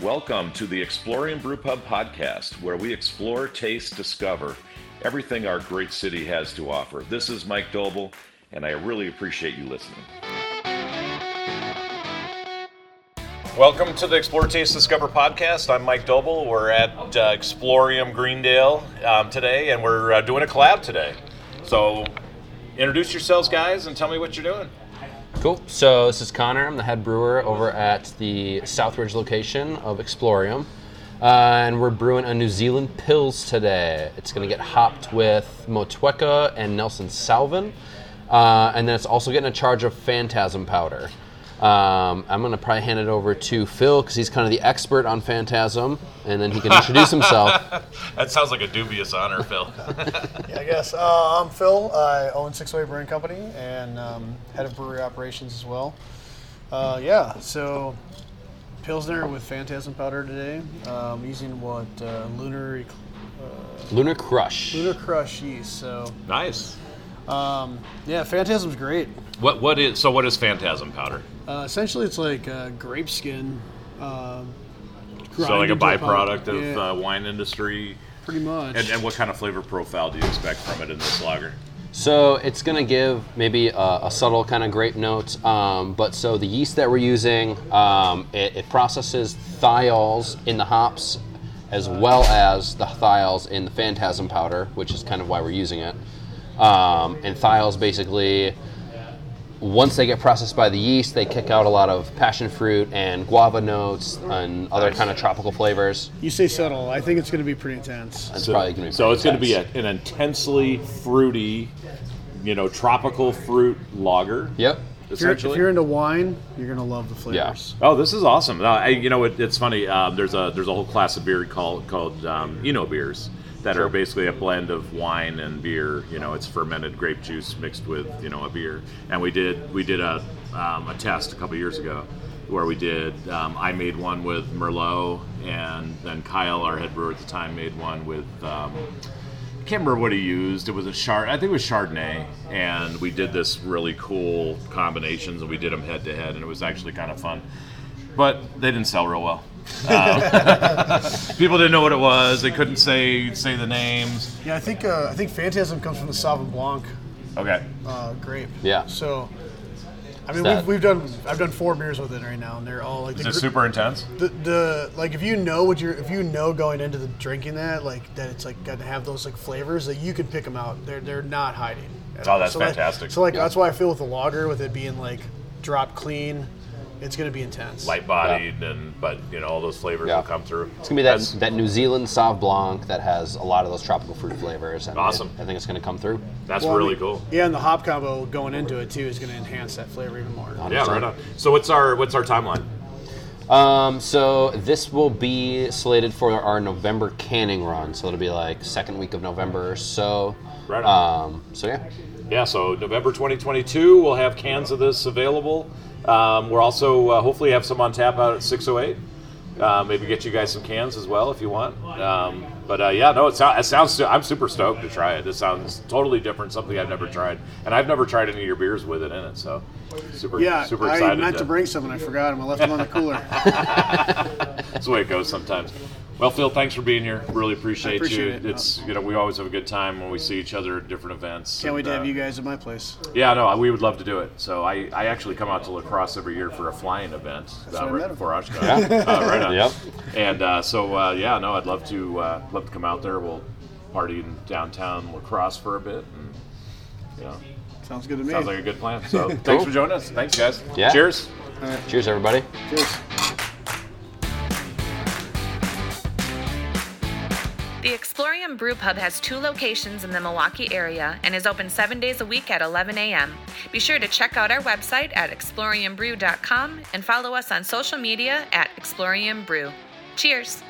Welcome to the Exploring Brewpub podcast, where we explore, taste, discover everything our great city has to offer. This is Mike Doble, and I really appreciate you listening. Welcome to the Explore Taste Discover podcast. I'm Mike Doble. We're at uh, Explorium Greendale um, today, and we're uh, doing a collab today. So, introduce yourselves, guys, and tell me what you're doing. Cool. So this is Connor. I'm the head brewer over at the Southridge location of Explorium. Uh, and we're brewing a New Zealand Pills today. It's going to get hopped with Motueka and Nelson Salvin. Uh, and then it's also getting a charge of Phantasm powder. Um, I'm going to probably hand it over to Phil because he's kind of the expert on Phantasm. And then he can introduce himself. That sounds like a dubious honor, Phil. Yeah, I guess. Uh, I'm Phil. I own Six Way Brewing Company and um, head of brewery operations as well. Uh, yeah, so Pilsner with Phantasm powder today. Um, using what uh, Lunar Ec- Lunar Crush. Lunar Crush yeast. So nice. um, yeah, Phantasm's great. What what is so? What is phantasm powder? Uh, essentially, it's like uh, grape skin. Uh, So like a byproduct of yeah, uh, wine industry. pretty much. And, and what kind of flavor profile do you expect from it in this lager? So it's gonna give maybe a, a subtle kind of grape note, um, but so the yeast that we're using, um, it, it processes thiols in the hops, as well as the thiols in the phantasm powder, which is kind of why we're using it. Um, and thiols basically, once they get processed by the yeast, they kick out a lot of passion fruit and guava notes and other kind of tropical flavors. you say subtle. I think it's going to be pretty intense. It's probably gonna be So it's going to be a, fantastic. an intensely fruity, you know, tropical fruit lager. Yep. If you're, if Essentially. you're into wine, you're going to love the flavors. Oh, this is awesome! No, I, you know, it, it's funny. Um, there's a there's a whole class of beer called called um, Eno beers that are basically a blend of wine and beer. You know, it's fermented grape juice mixed with you know a beer. And we did we did a um, a test a couple years ago where we did um, I made one with Merlot and then Kyle, our head brewer at the time, made one with. Um, I can't remember what he used. It was a chard. I think it was Chardonnay, and we did this really cool combinations, and we did them head to head, and it was actually kind of fun. But they didn't sell real well. Um, people didn't know what it was. They couldn't say say the names. Yeah, I think uh, I think Phantasm comes from the Sauvignon Blanc. Okay. uh, grape. Yeah. So, I mean, that- we've, we've done I've done four beers with it right now, and they're all like Is the, it gr- super intense? the, the like if you know what you're if you know going into the drinking that like that it's like gonna have those like flavors that you can pick them out. They're they're not hiding. at Oh, all. that's So that- fantastic. so like that's why I feel with the lager with it being like drop clean, it's gonna be intense. Light bodied, and but you know all those flavors Yeah. will come through. It's gonna be that that New Zealand Sauv Blanc that has a lot of those tropical fruit flavors. And Awesome. I, I think it's gonna come through. That's Well, I really mean, cool. Yeah, and the hop combo going into it too is gonna enhance that flavor even more. Yeah, right on. So what's our what's our timeline? Um, so this will be slated for our November canning run. So it'll be like second week of November or so. Right on. Um, so yeah. Yeah, so November 2022, we'll have cans of this available. Um, we'll also uh, hopefully have some on tap out at 608. Uh, maybe get you guys some cans as well if you want. Um, but uh, yeah, no, it, so- it sounds. I'm super stoked to try it. This sounds totally different, something I've never tried, and I've never tried any of your beers with it in it. So super, Yeah, super I excited. meant to bring some and I forgot them. I left them on the cooler. That's the way it goes sometimes. Well, Phil, thanks for being here. Really appreciate, appreciate you. it. It's you know we always have a good time when we see each other at different events. Can't wait to and, have uh, you guys at my place. Yeah, no, we would love to do it. So I, I actually come out to lacrosse every year for a flying event uh, what I right meant. before Oshkosh. Uh, right on. Yep. And uh, so uh, yeah, no, I'd love to uh, love to come out there. We'll party in downtown lacrosse for a bit. And, you know, Sounds good to me. sounds like a good plan. So thanks Cool. for joining us. Thanks, guys. Yeah. Cheers. Cheers, everybody. Cheers. The Explorium Brew Pub has two locations in the Milwaukee area and is open seven days a week at 11 a.m. Be sure to check out our website at exploriumbrew.com and follow us on social media at Explorium Brew. Cheers!